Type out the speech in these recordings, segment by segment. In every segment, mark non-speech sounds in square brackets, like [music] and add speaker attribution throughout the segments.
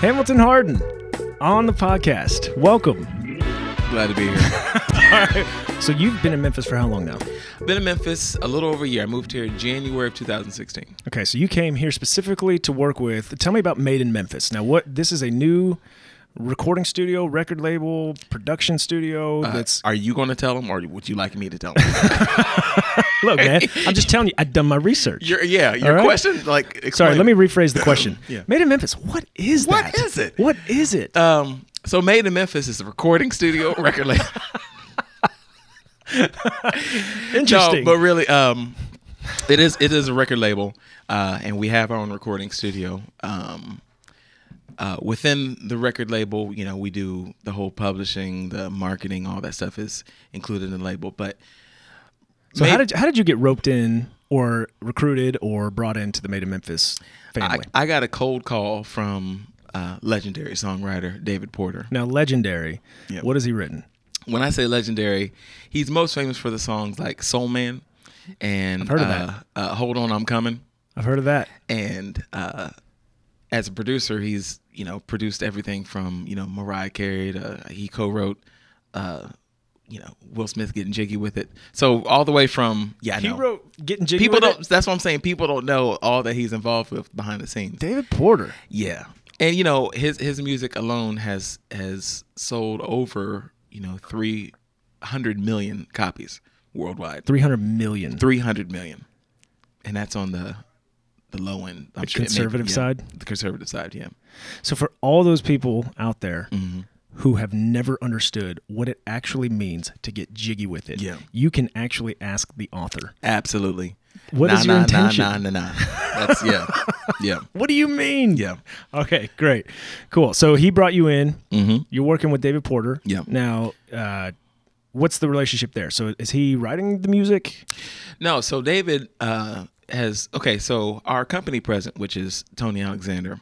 Speaker 1: Hamilton Harden on the podcast. Welcome.
Speaker 2: Glad to be here. [laughs]
Speaker 1: So you've been in Memphis for how long now?
Speaker 2: Been in Memphis a little over a year. I moved here in January of 2016.
Speaker 1: Okay, so you came here specifically to work with. Tell me about Made in Memphis. Now, what this is a new recording studio, record label, production studio.
Speaker 2: Uh,
Speaker 1: that's
Speaker 2: Are you going to tell them, or would you like me to
Speaker 1: [laughs]
Speaker 2: tell them?
Speaker 1: look,
Speaker 2: [laughs]
Speaker 1: man. I'm just telling you, I've done my research.
Speaker 2: your, yeah, your
Speaker 1: All right.
Speaker 2: question. Like,
Speaker 1: Sorry,
Speaker 2: explain
Speaker 1: let me
Speaker 2: it.
Speaker 1: rephrase the question.
Speaker 2: [laughs] Yeah.
Speaker 1: Made in Memphis. What is
Speaker 2: What
Speaker 1: that?
Speaker 2: is it?
Speaker 1: What is it?
Speaker 2: Um, so, Made in Memphis is a recording studio, [laughs] record label. no,
Speaker 1: Interesting.
Speaker 2: but really, um, it is it is a record label, uh, and we have our own recording studio. Um, uh, within the record label, you know, we do the whole publishing, the marketing, all that stuff is included in the label. But
Speaker 1: so how
Speaker 2: Made-
Speaker 1: did how did you get roped in or recruited or brought into the Made in Memphis
Speaker 2: I,
Speaker 1: family?
Speaker 2: I got a cold call from uh, legendary songwriter David Porter.
Speaker 1: now, legendary. What has he written?
Speaker 2: When I say legendary, he's most famous for the songs like Soul Man and
Speaker 1: heard of
Speaker 2: uh,
Speaker 1: that.
Speaker 2: Uh, Hold On, I'm Coming.
Speaker 1: I've heard of that.
Speaker 2: And uh, as a producer, he's you know produced everything from you know Mariah Carey to he co-wrote. Uh, you know Will Smith getting jiggy with it, so all the way from yeah. I
Speaker 1: He
Speaker 2: know.
Speaker 1: wrote "Getting Jiggy."
Speaker 2: people
Speaker 1: With It?
Speaker 2: don't. That's what I'm saying. People don't know all that he's involved with behind the scenes.
Speaker 1: David Porter.
Speaker 2: Yeah, and you know his his music alone has has sold over you know three hundred million copies worldwide.
Speaker 1: 300 million.
Speaker 2: Three hundred million, and that's on the the low end. I'm
Speaker 1: The
Speaker 2: sure it may-
Speaker 1: conservative
Speaker 2: yeah,
Speaker 1: side?
Speaker 2: The conservative side, yeah.
Speaker 1: So for all those people out there
Speaker 2: Mm-hmm.
Speaker 1: who have never understood what it actually means to get jiggy with it,
Speaker 2: Yeah.
Speaker 1: you can actually ask the author.
Speaker 2: Absolutely.
Speaker 1: What
Speaker 2: What is
Speaker 1: is your intention?
Speaker 2: Nah, nah, nah, nah.
Speaker 1: [laughs]
Speaker 2: That's yeah, yeah,
Speaker 1: What do you mean?
Speaker 2: yeah.
Speaker 1: Okay, great. Cool. So he brought you in. You're working with David Porter.
Speaker 2: Mm-hmm. Yeah.
Speaker 1: Now, uh, what's the relationship there? So is he writing the music?
Speaker 2: No, so David uh, has okay. So our company president, which is Tony Alexander,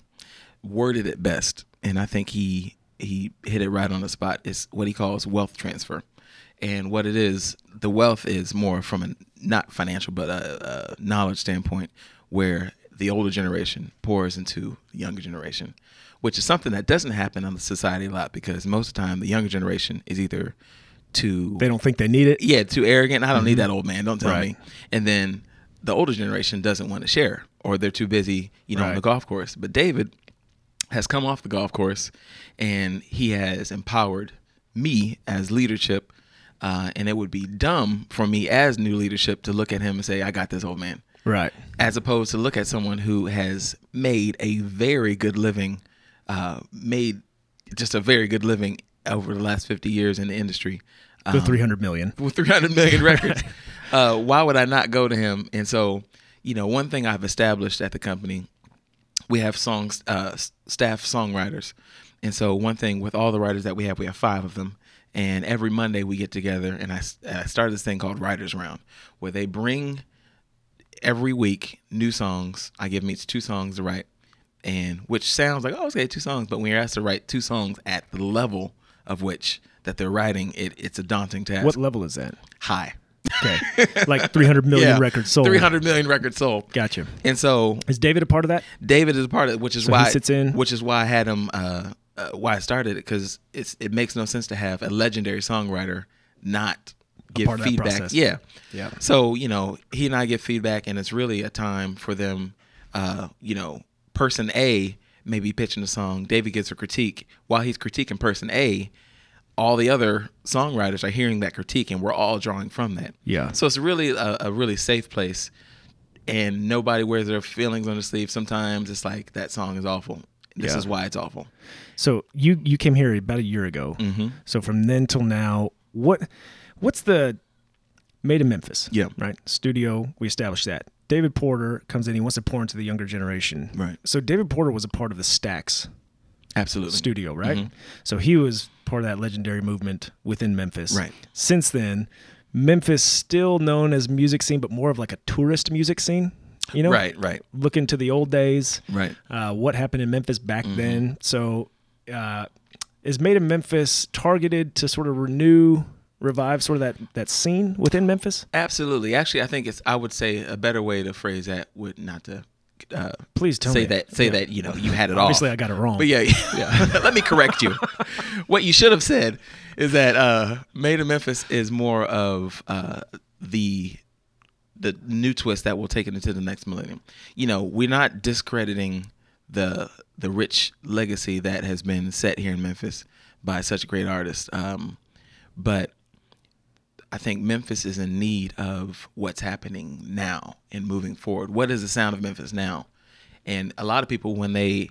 Speaker 2: worded it best, and I think he he hit it right on the spot. It's what he calls wealth transfer, and what it is, the wealth is more from a not financial but a, a knowledge standpoint, where the older generation pours into the younger generation, which is something that doesn't happen in the society a lot because most of the time the younger generation is either too
Speaker 1: They don't think they need it.
Speaker 2: yeah, too arrogant. I don't need that old man. Don't tell
Speaker 1: Mm-hmm. Right.
Speaker 2: me. And then the older generation doesn't want to share, or they're too busy, you know, on
Speaker 1: Right.
Speaker 2: the golf course. But David has come off the golf course, and he has empowered me as leadership. Uh, and it would be dumb for me as new leadership to look at him and say, "I got this old man."
Speaker 1: Right.
Speaker 2: as opposed to look at someone who has made a very good living, uh, made just a very good living over the last 50 years in the industry uh,
Speaker 1: The
Speaker 2: Uh-huh.
Speaker 1: 300 million.
Speaker 2: with 300 million records. uh, why would I not go to him? And so, you know, one thing I've established at the company, we have songs, uh, s- staff songwriters. And so, one thing with all the writers that we have, we have five of them. And every Monday we get together, and I, s- I started this thing called Writers Round, where they bring every week new songs. I give them each two songs to write, and which sounds like oh, okay, two songs. But when you're asked to write two songs at the level of which that they're writing, it, it's a daunting task
Speaker 1: What level is that?
Speaker 2: high. [laughs]
Speaker 1: Okay. like 300 million
Speaker 2: Yeah.
Speaker 1: records sold.
Speaker 2: 300 million records sold.
Speaker 1: Gotcha.
Speaker 2: And so
Speaker 1: Is David a part of that?
Speaker 2: David is a part of it, which is why
Speaker 1: he sits in?
Speaker 2: which is why I had him uh, uh why I started it because it's it makes no sense to have a legendary songwriter not give
Speaker 1: part of that
Speaker 2: feedback.
Speaker 1: process.
Speaker 2: Yeah.
Speaker 1: Yeah.
Speaker 2: So, you know, he and I get feedback and it's really a time for them uh, you know, person A may be pitching a song, David gets a critique. While he's critiquing person A, all the other songwriters are hearing that critique and we're all drawing from that.
Speaker 1: Yeah.
Speaker 2: So it's really a, a really safe place, and nobody wears their feelings on the sleeve. Sometimes it's like that song is awful. This
Speaker 1: Yeah.
Speaker 2: is why it's awful.
Speaker 1: So you you came here about a year ago.
Speaker 2: Mm-hmm.
Speaker 1: So from then till now, what what's the made in Memphis?
Speaker 2: Yeah.
Speaker 1: right. Studio. We established that. David Porter comes in. He wants to pour into the younger generation.
Speaker 2: Right.
Speaker 1: So David Porter was a part of the Stax
Speaker 2: Absolutely.
Speaker 1: studio, right?
Speaker 2: Mm-hmm.
Speaker 1: So he was part of that legendary movement within Memphis.
Speaker 2: Right.
Speaker 1: Since then, Memphis still known as music scene, but more of like a tourist music scene. You know,
Speaker 2: Right. Right.
Speaker 1: Looking to the old days
Speaker 2: Right.
Speaker 1: uh, what happened in Memphis back
Speaker 2: Mm-hmm.
Speaker 1: then. So, uh, is Made in Memphis targeted to sort of renew, revive sort of that that scene within Memphis?
Speaker 2: Absolutely. Actually, I think it's. I would say a better way to phrase that would not to uh,
Speaker 1: Please tell
Speaker 2: say
Speaker 1: me.
Speaker 2: that say that you know you had it all.
Speaker 1: Oh, Obviously, I got it wrong.
Speaker 2: But yeah, yeah. [laughs] Let me correct you. what you should have said is that uh, Made in Memphis is more of uh, the the new twist that will take it into the next millennium. You know, we're not discrediting the the rich legacy that has been set here in Memphis by such great artists, um, but I think Memphis is in need of what's happening now and moving forward. What is the sound of Memphis now? And a lot of people, when they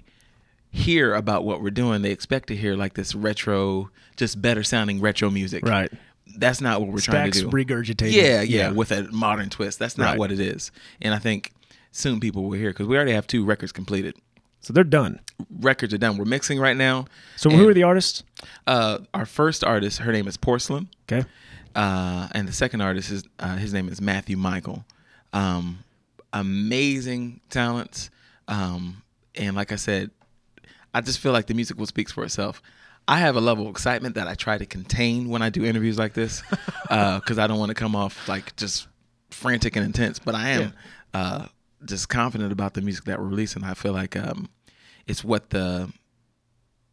Speaker 2: hear about what we're doing, they expect to hear like this retro, just better sounding retro music.
Speaker 1: Right.
Speaker 2: That's not what we're trying
Speaker 1: Stacks
Speaker 2: to do.
Speaker 1: regurgitated.
Speaker 2: Yeah, yeah,
Speaker 1: Yeah.
Speaker 2: with a modern twist. That's not
Speaker 1: Right.
Speaker 2: what it is. And I think soon people will hear because we already have two records completed.
Speaker 1: So they're done.
Speaker 2: Records are done. We're mixing right now.
Speaker 1: So who are the artists?
Speaker 2: Uh, our first artist, her name is Porcelain.
Speaker 1: Okay.
Speaker 2: Uh, and the second artist is uh, his name is Matthew Michael. Um, amazing talents, um, and like I said, I just feel like the music will speaks for itself. I have a level of excitement that I try to contain when I do interviews like this, because I don't want to come off like just frantic and intense. But I am uh, just confident about the music that we're releasing. I feel like um, it's what the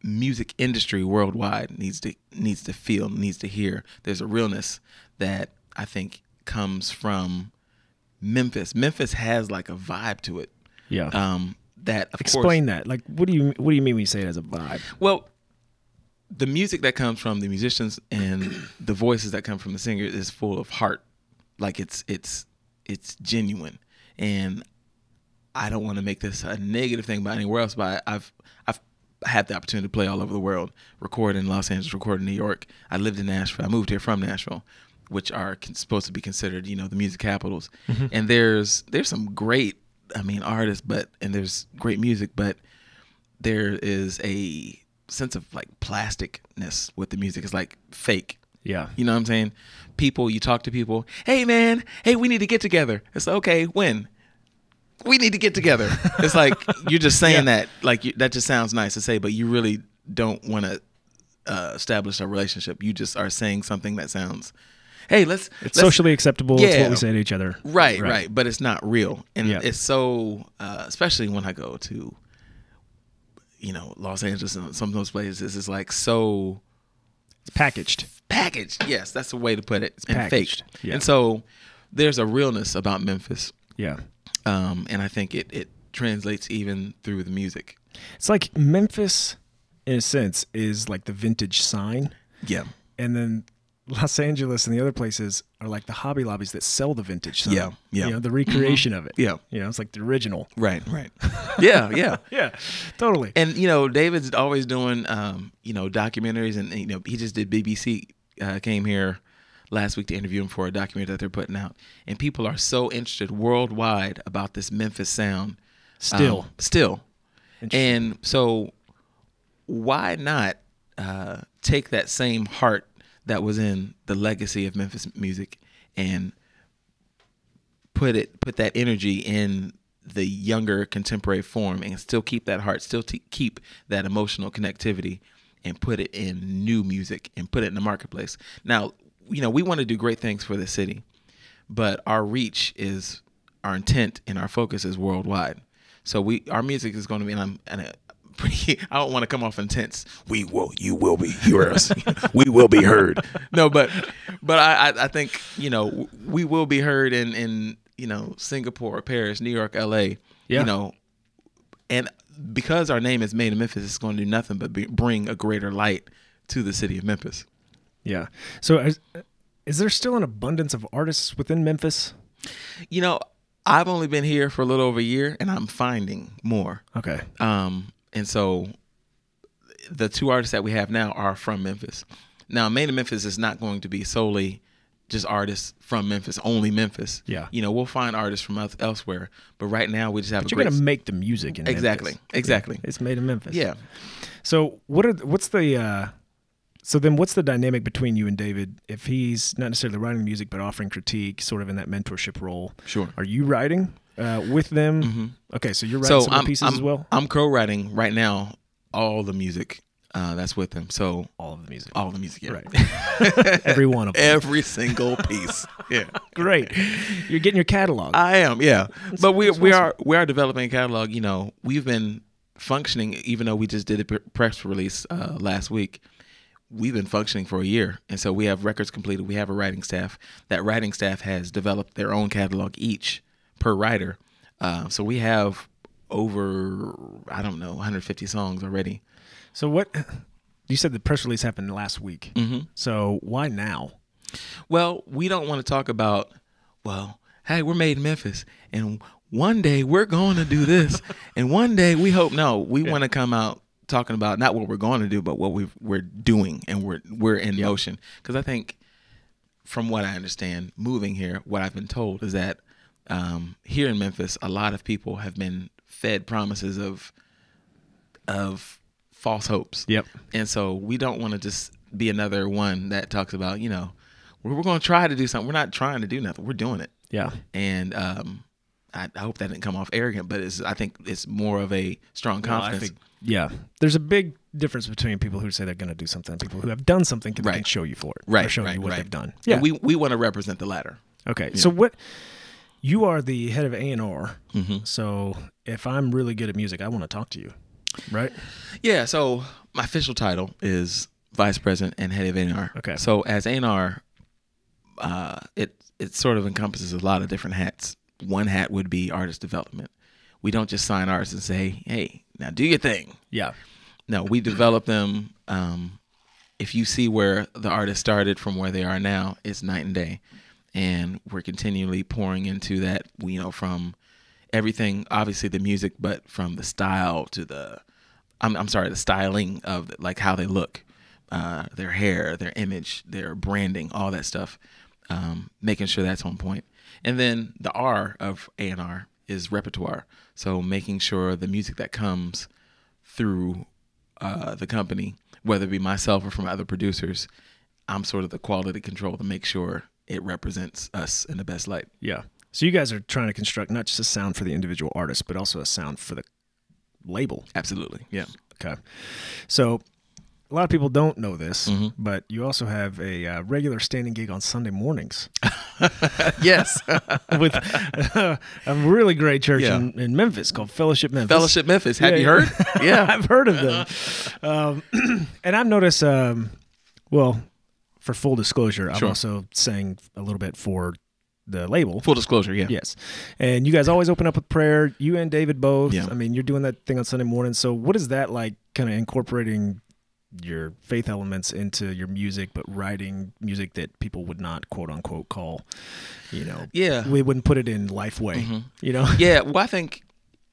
Speaker 2: music industry worldwide needs to needs to feel, needs to hear. There's a realness that I think comes from Memphis. Memphis has like a vibe to it.
Speaker 1: Yeah.
Speaker 2: Um, that of
Speaker 1: Explain that. Like, what do you what do you mean when you say it as a vibe?
Speaker 2: course, well, the music that comes from the musicians and [clears throat] the voices that come from the singer is full of heart. Like it's it's it's genuine, and I don't want to make this a negative thing about anywhere else, but I- I've I've had the opportunity to play all over the world, record in Los Angeles, record in New York. I lived in Nashville. I moved here from Nashville, which are con- supposed to be considered, you know, the music capitals. And there's there's some great, I mean, artists, but and there's great music, but there is a sense of like plasticness with the music. It's like fake.
Speaker 1: Yeah.
Speaker 2: You know what I'm saying? People, you talk to people, hey man, hey, we need to get together. It's like, okay, when? We need to get together.
Speaker 1: [laughs]
Speaker 2: It's like you're just saying that, like you, that just sounds nice to say, but you really don't want to uh, establish a relationship. You just are saying something that sounds, hey, let's.
Speaker 1: It's
Speaker 2: let's-
Speaker 1: socially acceptable. It's
Speaker 2: Yeah.
Speaker 1: what we say to each other.
Speaker 2: Right, right, but it's not real, and
Speaker 1: Yeah.
Speaker 2: it's so uh, especially when I go to, you know, Los Angeles and some of those places, it's like so
Speaker 1: It's packaged.
Speaker 2: packaged. Yes, that's the way to put it. It's and
Speaker 1: packaged,
Speaker 2: faked.
Speaker 1: yeah.
Speaker 2: And so there's a realness about Memphis,
Speaker 1: Yeah.
Speaker 2: um, and I think it it translates even through the music.
Speaker 1: It's like Memphis, in a sense, is like the vintage sign,
Speaker 2: Yeah.
Speaker 1: and then Los Angeles and the other places are like the Hobby Lobbies that sell the vintage sign.
Speaker 2: Yeah, yeah. Mm-hmm.
Speaker 1: You know, the recreation of it.
Speaker 2: Yeah.
Speaker 1: You know, it's like the
Speaker 2: [laughs]
Speaker 1: original.
Speaker 2: Right. Right. yeah. Yeah.
Speaker 1: Yeah. Totally.
Speaker 2: And you know, David's always doing um, you know documentaries, and you know he just did BBC uh, came here last week to interview him for a documentary that they're putting out, and people are so interested worldwide about this Memphis sound. um,
Speaker 1: Still.
Speaker 2: still, and so why not uh, take that same heart that was in the legacy of Memphis music and put it put that energy in the younger contemporary form and still keep that heart still t- keep that emotional connectivity and put it in new music and put it in the marketplace now you know we want to do great things for the city but our reach is our intent and our focus is worldwide so we our music is going to be and i'm and uh, [laughs] I don't want to come off intense. We will, you will be yours. [laughs] we will be heard. No, but but I, I I think you know w- we will be heard in in you know Singapore, Paris, New York, L.A.
Speaker 1: Yeah.
Speaker 2: You know, and because our name is made in Memphis, it's going to do nothing but be, bring a greater light to the city of Memphis.
Speaker 1: yeah. So, is, is there still an abundance of artists within Memphis?
Speaker 2: You know, I've only been here for a little over a year, and I'm finding more.
Speaker 1: Okay.
Speaker 2: Um, and so the two artists that we have now are from Memphis. Now, Made in Memphis is not going to be solely just artists from Memphis, only Memphis.
Speaker 1: Yeah.
Speaker 2: You know, we'll find artists from else- elsewhere, but right now we just have a
Speaker 1: You're
Speaker 2: great.
Speaker 1: gonna make the music in
Speaker 2: exactly,
Speaker 1: Memphis.
Speaker 2: exactly.
Speaker 1: It's made in Memphis.
Speaker 2: Yeah.
Speaker 1: So what are what's the uh, so then what's the dynamic between you and David if he's not necessarily writing the music but offering critique, sort of in that mentorship role?
Speaker 2: Sure.
Speaker 1: Are you writing uh, with them? Okay, so you're writing
Speaker 2: Mm-hmm. So
Speaker 1: some of
Speaker 2: I'm
Speaker 1: the pieces
Speaker 2: I'm,
Speaker 1: as well.
Speaker 2: I'm co-writing right now all the music. Uh, that's with him. So
Speaker 1: All of the
Speaker 2: [laughs]
Speaker 1: music.
Speaker 2: all the music, yeah.
Speaker 1: Right. [laughs] Every one of them.
Speaker 2: Every single piece. [laughs] Yeah.
Speaker 1: Great. You're getting your catalog.
Speaker 2: I am, yeah. but we
Speaker 1: that's
Speaker 2: we are we are developing a catalog. You know, we've been functioning, even though we just did a pre- press release uh, last week. We've been functioning for a year, and so we have records completed. We have a writing staff. That writing staff has developed their own catalog each per writer. Uh, so we have over I don't know 150 songs already.
Speaker 1: so what? You said the press release happened last week.
Speaker 2: Mm-hmm.
Speaker 1: So why now?
Speaker 2: Well, we don't want to talk about, well, hey, we're made in Memphis and one day we're going to do this and one day we hope no, we want to come out talking about not what we're going to do but what we we're doing and we're we're in motion cuz I think from what I understand moving here, what I've been told is that um, here in Memphis, a lot of people have been fed promises of of false hopes.
Speaker 1: Yep.
Speaker 2: And so we don't want to just be another one that talks about, you know, we're, we're going to try to do something. We're not trying to do nothing. We're doing it.
Speaker 1: Yeah.
Speaker 2: And um, I, I hope that didn't come off arrogant, but it's, I think it's more of a strong confidence.
Speaker 1: Yeah. There's a big difference between people who say they're going to do something and people who have done something can,
Speaker 2: Right.
Speaker 1: can show you for it. Or
Speaker 2: right.
Speaker 1: show
Speaker 2: right,
Speaker 1: you what
Speaker 2: right.
Speaker 1: they've done.
Speaker 2: Yeah. we, we want to represent the latter.
Speaker 1: Okay. So what you are the head of A and R.
Speaker 2: Mm-hmm.
Speaker 1: So if I'm really good at music, I want to talk to you. Right?
Speaker 2: Yeah, so my official title is vice president and head of NR.
Speaker 1: Okay.
Speaker 2: So as NR, uh, it it sort of encompasses a lot of different hats. One hat would be artist development. We don't just sign artists and say, "Hey, now do your thing."
Speaker 1: Yeah.
Speaker 2: No, we develop them. Um, if you see where the artist started from where they are now, it's night and day, and we're continually pouring into that. You know, from everything, obviously the music, but from the style to the, I'm, I'm sorry, the styling of like how they look, uh, their hair, their image, their branding, all that stuff, um, making sure that's on point. And then the R of A and R is repertoire, so making sure the music that comes through uh, the company, whether it be myself or from other producers, I'm sort of the quality control to make sure it represents us in the best light.
Speaker 1: Yeah. So you guys are trying to construct not just a sound for the individual artist, but also a sound for the label.
Speaker 2: Absolutely. Yeah.
Speaker 1: Okay. So a lot of people don't know this,
Speaker 2: Mm-hmm.
Speaker 1: but you also have a uh, regular standing gig on Sunday
Speaker 2: [laughs]
Speaker 1: mornings
Speaker 2: yes.
Speaker 1: with a really great church
Speaker 2: Yeah.
Speaker 1: in, in Memphis called Fellowship Memphis.
Speaker 2: Fellowship Memphis. Have
Speaker 1: Yeah,
Speaker 2: you
Speaker 1: yeah.
Speaker 2: heard? Yeah.
Speaker 1: [laughs] I've heard of them. Um, [clears throat] and I've noticed, um, well, for full disclosure, I'm
Speaker 2: Sure.
Speaker 1: also saying a little bit for the label.
Speaker 2: Full disclosure. Yeah.
Speaker 1: [laughs] Yes. And you guys always open up with prayer, you and David both.
Speaker 2: Yeah.
Speaker 1: I mean, you're doing that thing on Sunday morning. So, what is that like, kind of incorporating your faith elements into your music, but writing music that people would not quote unquote call, you know,
Speaker 2: Yeah. Mm-hmm.
Speaker 1: we wouldn't put it in life way, you know? [laughs]
Speaker 2: Yeah. Well, I think,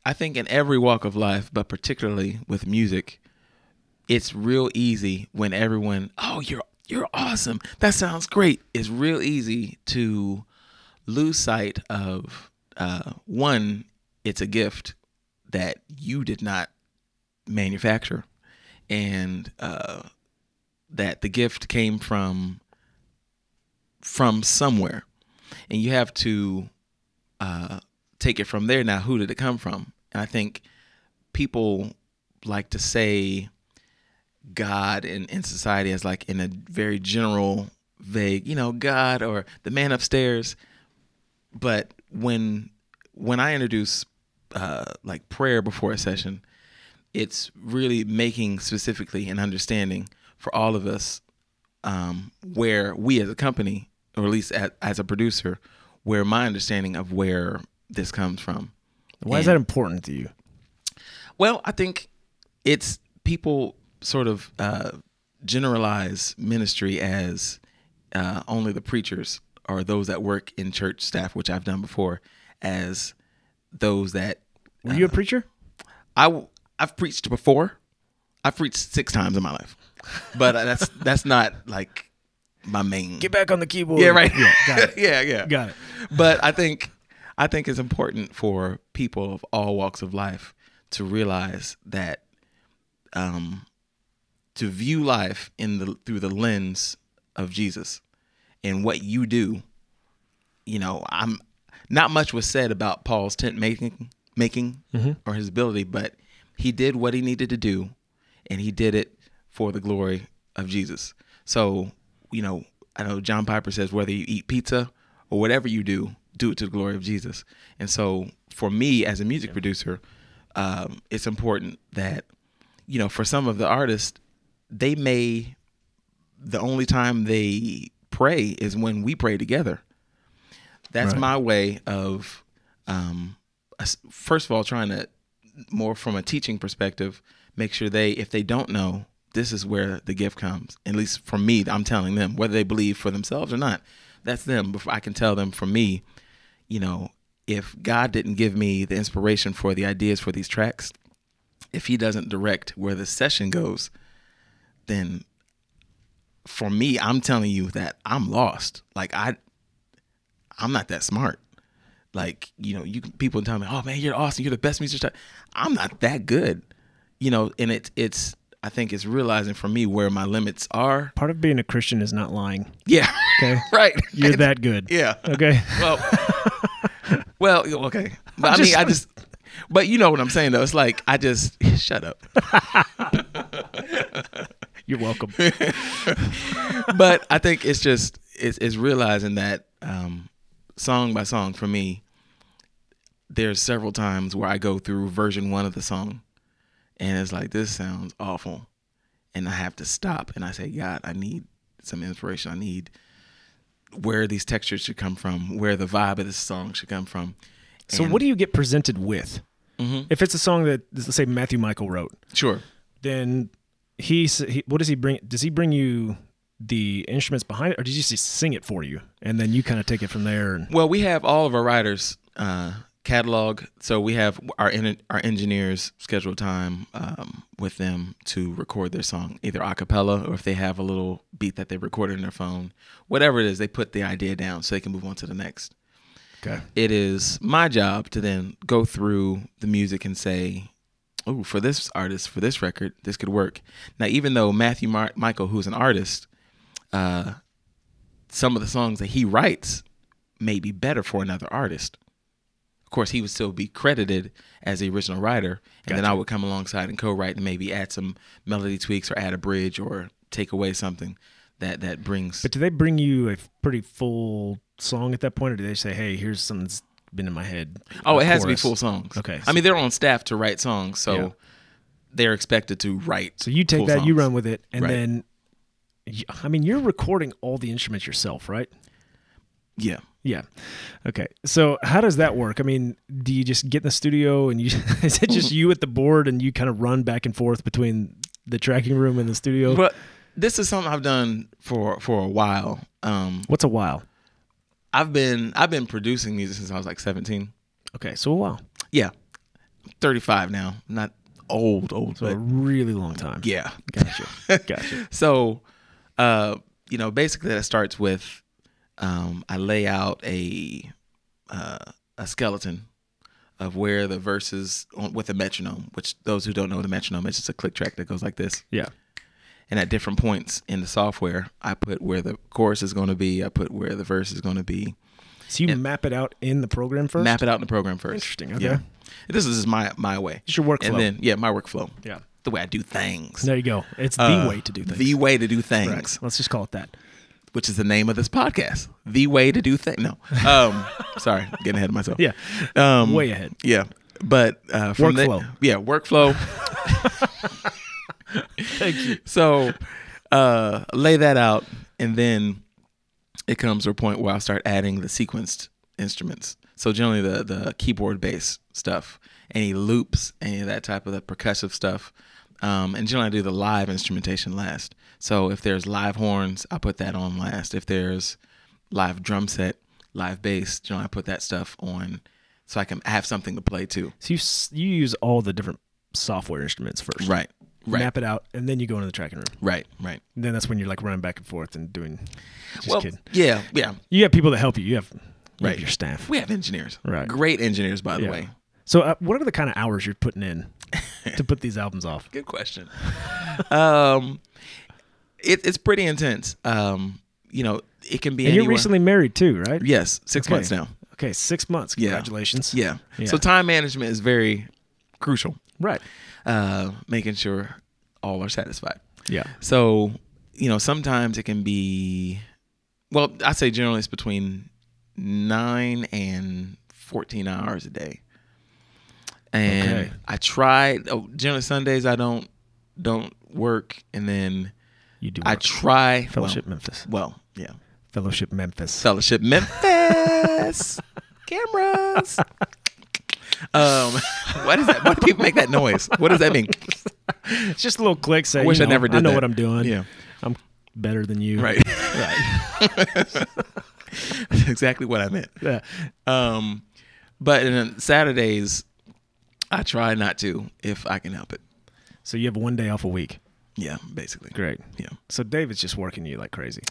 Speaker 2: I think in every walk of life, but particularly with music, it's real easy when everyone, oh, you're you're awesome. That sounds great. It's real easy to lose sight of uh, one. It's a gift that you did not manufacture, and uh, that the gift came from from somewhere, and you have to uh, take it from there. Now, who did it come from? And I think people like to say God in, in society as like in a very general, vague, you know, God or the man upstairs. But when when I introduce uh, like prayer before a session, it's really making specifically and understanding for all of us um, where we as a company, or at least as, as a producer, where my understanding of where this comes from.
Speaker 1: Why is that important to you?
Speaker 2: Well, I think it's people sort of uh, generalize ministry as uh, only the preachers or those that work in church staff, which I've done before, as those that
Speaker 1: Were
Speaker 2: Uh,
Speaker 1: you a preacher?
Speaker 2: I have preached before. I've preached six times in my life, but that's that's not like my main.
Speaker 1: Get back on the keyboard.
Speaker 2: yeah, right.
Speaker 1: Yeah, got
Speaker 2: [laughs]
Speaker 1: it.
Speaker 2: yeah, yeah
Speaker 1: Got it.
Speaker 2: but I think I think it's important for people of all walks of life to realize that um, to view life in the through the lens of Jesus and what you do. You know, I'm not much was said about Paul's tent making making or his ability, but he did what he needed to do, and he did it for the glory of Jesus. So, you know, I know John Piper says whether you eat pizza or whatever you do, do it to the glory of Jesus. And so, for me as a music producer, um, it's important that, you know, for some of the artists, they may, the only time they pray is when we pray together. That's
Speaker 1: Right.
Speaker 2: my way of, um, us- first of all, trying to, more from a teaching perspective, make sure they, if they don't know, this is where the gift comes. At least for me, I'm telling them whether they believe for themselves or not. That's them. Before I can tell them for me, you know, if God didn't give me the inspiration for the ideas for these tracks, if He doesn't direct where the session goes, then for me, I'm telling you that I'm lost. Like I, I'm not that smart. Like you know, you can- people tell me, "Oh man, you're awesome. You're the best musician." I'm not that good, you know. And it's it's I think it's realizing for me where my limits are. [laughs]
Speaker 1: Part of being a Christian is not lying.
Speaker 2: Yeah, [laughs]
Speaker 1: Okay.
Speaker 2: right.
Speaker 1: You're that good.
Speaker 2: Yeah.
Speaker 1: Okay. [laughs]
Speaker 2: Well, well, okay. But I mean, I just, but you know what I'm saying though. It's like I just [laughs] shut up.
Speaker 1: You're
Speaker 2: [laughs]
Speaker 1: welcome.
Speaker 2: But I think it's just it's, it's realizing that um, song by song for me, there's several times where I go through version one of the song, and it's like this sounds awful, and I have to stop and I say, God, I need some inspiration. I need where these textures should come from, where the vibe of this song should come from.
Speaker 1: So what do you get presented with?
Speaker 2: Mm-hmm.
Speaker 1: If it's a song that let's say Matthew Michael wrote,
Speaker 2: Sure.
Speaker 1: then he, s- he what does he bring? Does he bring you the instruments behind it, or does he just sing it for you, and then you kind of take it from there? And
Speaker 2: [laughs] Well, we have all of our writers uh, catalog, so we have our en- our engineers schedule time um, with them to record their song, either a cappella or if they have a little beat that they recorded in their phone, whatever it is, they put the idea down so they can move on to the next.
Speaker 1: okay,
Speaker 2: It is my job to then go through the music and say, "Oh, for this artist, for this record, this could work." Now, even though Matthew Mar- Michael, who's an artist, uh, some of the songs that he writes may be better for another artist. Of course, he would still be credited as the original writer, and then I would come alongside and co-write and maybe add some melody tweaks or add a bridge or take away something that that brings.
Speaker 1: but do they bring you a f- pretty full song at that point, or do they say, "Hey, here's something that's been in my head"?
Speaker 2: Oh,
Speaker 1: a
Speaker 2: it has to be
Speaker 1: chorus?
Speaker 2: full songs.
Speaker 1: Okay.
Speaker 2: I mean, they're on staff to write songs, so
Speaker 1: Yeah.
Speaker 2: they're expected to write.
Speaker 1: So you take
Speaker 2: full
Speaker 1: that, you
Speaker 2: songs.
Speaker 1: run with it, and
Speaker 2: Right.
Speaker 1: then y- I mean, you're recording all the instruments yourself, right?
Speaker 2: Yeah.
Speaker 1: Yeah. Okay. So how does that work? I mean, do you just get in the studio and you [laughs] is it just you at the board and you kind of run back and forth between the tracking room and the studio?
Speaker 2: But this is something I've done for for a while. Um,
Speaker 1: What's a while?
Speaker 2: I've been I've been producing music since I was like 17.
Speaker 1: Okay, so a while.
Speaker 2: Yeah. 35 now. Not old, old,
Speaker 1: So a
Speaker 2: but
Speaker 1: really long time.
Speaker 2: Uh, yeah. [laughs]
Speaker 1: Gotcha. gotcha.
Speaker 2: So, uh, you know, basically that starts with um, I lay out a uh, a skeleton of where the verses on, with a metronome. Which those who don't know the metronome, it's just a click track that goes like this.
Speaker 1: Yeah.
Speaker 2: And at different points in the software, I put where the chorus is going to be. I put where the verse is going to be.
Speaker 1: So you map it out in the program first?
Speaker 2: Map it out in the program first.
Speaker 1: Interesting, okay.
Speaker 2: Yeah. This is just my my way.
Speaker 1: It's your workflow.
Speaker 2: And then yeah, my workflow.
Speaker 1: yeah.
Speaker 2: The way I do things.
Speaker 1: There you go. It's the
Speaker 2: Uh,
Speaker 1: way to do things.
Speaker 2: The way to do
Speaker 1: Right.
Speaker 2: things.
Speaker 1: Let's just call it that.
Speaker 2: which is the name of this podcast. The way to do things. No, um,
Speaker 1: [laughs]
Speaker 2: sorry, getting ahead of myself.
Speaker 1: Yeah.
Speaker 2: um,
Speaker 1: Way ahead.
Speaker 2: Yeah, but uh, from the-
Speaker 1: Workflow.
Speaker 2: yeah, workflow.
Speaker 1: [laughs] Thank you.
Speaker 2: [laughs] so uh, lay that out, and then it comes to a point where I start adding the sequenced instruments. So generally, the the keyboard bass stuff, any loops, any of that type of the percussive stuff. Um, and generally, I do the live instrumentation last. So if there's live horns, I put that on last. If there's live drum set, live bass, generally I put that stuff on, so I can have something to play to.
Speaker 1: So you s- you use all the different software instruments first.
Speaker 2: Right, right,
Speaker 1: Map it out and then you go into the tracking room.
Speaker 2: right, right.
Speaker 1: And then that's when you're like running back and forth and doing just
Speaker 2: well,
Speaker 1: kidding.
Speaker 2: yeah, yeah.
Speaker 1: You have people that help you. You have, you have
Speaker 2: Right.
Speaker 1: your staff.
Speaker 2: We have engineers.
Speaker 1: Right.
Speaker 2: Great engineers, by the
Speaker 1: Yeah.
Speaker 2: way.
Speaker 1: So, uh, what are the kind of hours you're putting
Speaker 2: [laughs]
Speaker 1: in to put these albums off?
Speaker 2: Good question. um, it, it's pretty intense. Um, you know, it can be
Speaker 1: And you're
Speaker 2: anywhere.
Speaker 1: recently married too, right?
Speaker 2: yes, six
Speaker 1: Okay.
Speaker 2: months now.
Speaker 1: Okay, six months.
Speaker 2: Yeah.
Speaker 1: Congratulations.
Speaker 2: Yeah.
Speaker 1: Yeah.
Speaker 2: So time management is very crucial.
Speaker 1: Right.
Speaker 2: Uh, making sure all are satisfied.
Speaker 1: Yeah.
Speaker 2: So, you know, sometimes it can be, well, I say generally it's between nine and 14 hours a day. And
Speaker 1: Okay.
Speaker 2: I tried, oh, generally Sundays I don't, don't work. And then
Speaker 1: You do.
Speaker 2: I
Speaker 1: work.
Speaker 2: try well,
Speaker 1: Fellowship Memphis.
Speaker 2: Well, yeah.
Speaker 1: Fellowship Memphis. [laughs]
Speaker 2: Fellowship Memphis. Cameras. um, [laughs] why does that? Why do people make that noise? What does that mean?
Speaker 1: it's just a little click saying,
Speaker 2: wish
Speaker 1: you
Speaker 2: I
Speaker 1: know,
Speaker 2: never did
Speaker 1: I know
Speaker 2: that.
Speaker 1: what I'm doing.
Speaker 2: Yeah.
Speaker 1: I'm better than you.
Speaker 2: Right.
Speaker 1: Right.
Speaker 2: [laughs] That's exactly what I meant.
Speaker 1: [laughs] yeah.
Speaker 2: Um, but and then Saturdays, I try not to if I can help it.
Speaker 1: So you have one day off a week.
Speaker 2: Yeah, basically.
Speaker 1: Great.
Speaker 2: Yeah.
Speaker 1: So David's just working you like crazy.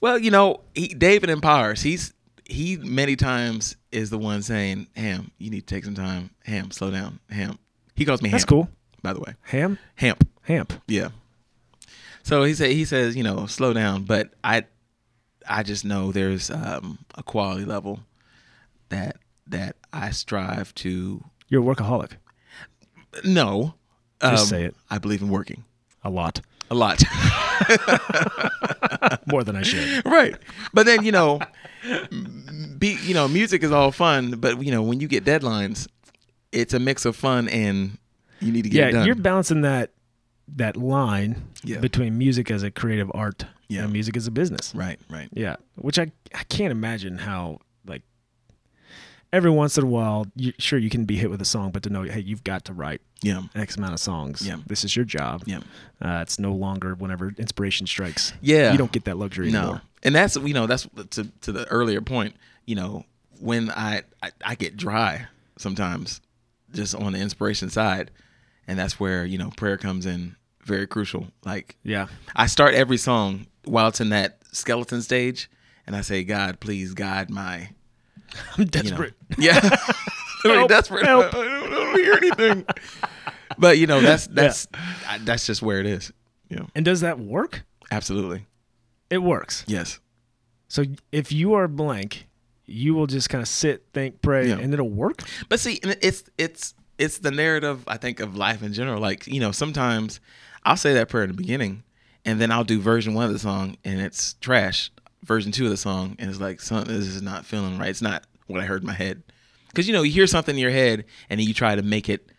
Speaker 2: Well, you know, he, David empowers. He's he many times is the one saying, "Ham, you need to take some time. Ham, slow down. Ham." He calls me
Speaker 1: That's
Speaker 2: Hamp,
Speaker 1: cool.
Speaker 2: By the way,
Speaker 1: Ham,
Speaker 2: Hamp.
Speaker 1: hamp.
Speaker 2: Yeah. So he said he says, you know, slow down, but I I just know there's um, a quality level that that I strive to
Speaker 1: You're a workaholic.
Speaker 2: no.
Speaker 1: Just say it.
Speaker 2: Um, I believe in working
Speaker 1: A lot
Speaker 2: a lot. [laughs]
Speaker 1: more than I should.
Speaker 2: right. But then, you know, be you know, music is all fun, but you know, when you get deadlines, it's a mix of fun and you need to get
Speaker 1: yeah,
Speaker 2: it done.
Speaker 1: you're balancing that that line
Speaker 2: Yeah.
Speaker 1: between music as a creative art
Speaker 2: Yeah.
Speaker 1: and music as a business.
Speaker 2: right, right.
Speaker 1: Yeah, which I I can't imagine how like every once in a while, you, sure you can be hit with a song, but to know hey you've got to write
Speaker 2: Yeah.
Speaker 1: X amount of songs.
Speaker 2: Yeah.
Speaker 1: this is your job.
Speaker 2: Yeah.
Speaker 1: uh, it's no longer whenever inspiration strikes.
Speaker 2: Yeah.
Speaker 1: you don't get that luxury anymore.
Speaker 2: And that's you know that's to to the earlier point. You know when I I, I get dry sometimes, just on the inspiration side, and that's where you know prayer comes in very crucial. Like
Speaker 1: Yeah,
Speaker 2: I start every song while it's in that skeleton stage, and I say, God, please guide my
Speaker 1: [laughs] I'm
Speaker 2: you know. [laughs]
Speaker 1: desperate.
Speaker 2: Yeah. Really
Speaker 1: Help,
Speaker 2: desperate.
Speaker 1: help.
Speaker 2: I don't, I don't hear anything. but you know that's that's I, that's just where it is. Yeah.
Speaker 1: And does that work?
Speaker 2: Absolutely.
Speaker 1: It works.
Speaker 2: Yes.
Speaker 1: So if you are blank, you will just kind of sit, think, pray,
Speaker 2: Yeah.
Speaker 1: and it'll work.
Speaker 2: But see, and it's it's it's the narrative I think of life in general. Like you know, sometimes I'll say that prayer in the beginning, and then I'll do version one of the song, and it's trash. Version two of the song, and it's like something this is not feeling right. It's not what I heard in my head, because you know you hear something in your head, and then you try to make it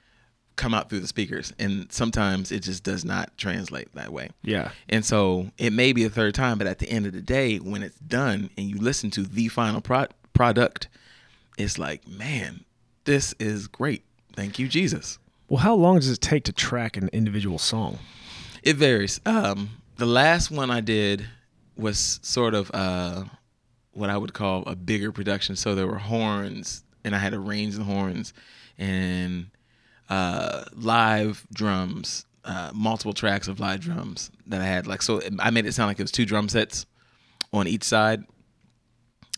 Speaker 2: come out through the speakers, and sometimes it just does not translate that way.
Speaker 1: Yeah.
Speaker 2: And so it may be a third time, but at the end of the day, when it's done and you listen to the final pro- product, it's like, man, this is great. Thank you, Jesus.
Speaker 1: Well, how long does it take to track an individual song?
Speaker 2: It varies. Um, the last one I did was sort of uh, what I would call a bigger production. So there were horns, and I had arranged the horns and uh, live drums, uh, multiple tracks of live drums that I had. Like so, I made it sound like it was two drum sets on each side,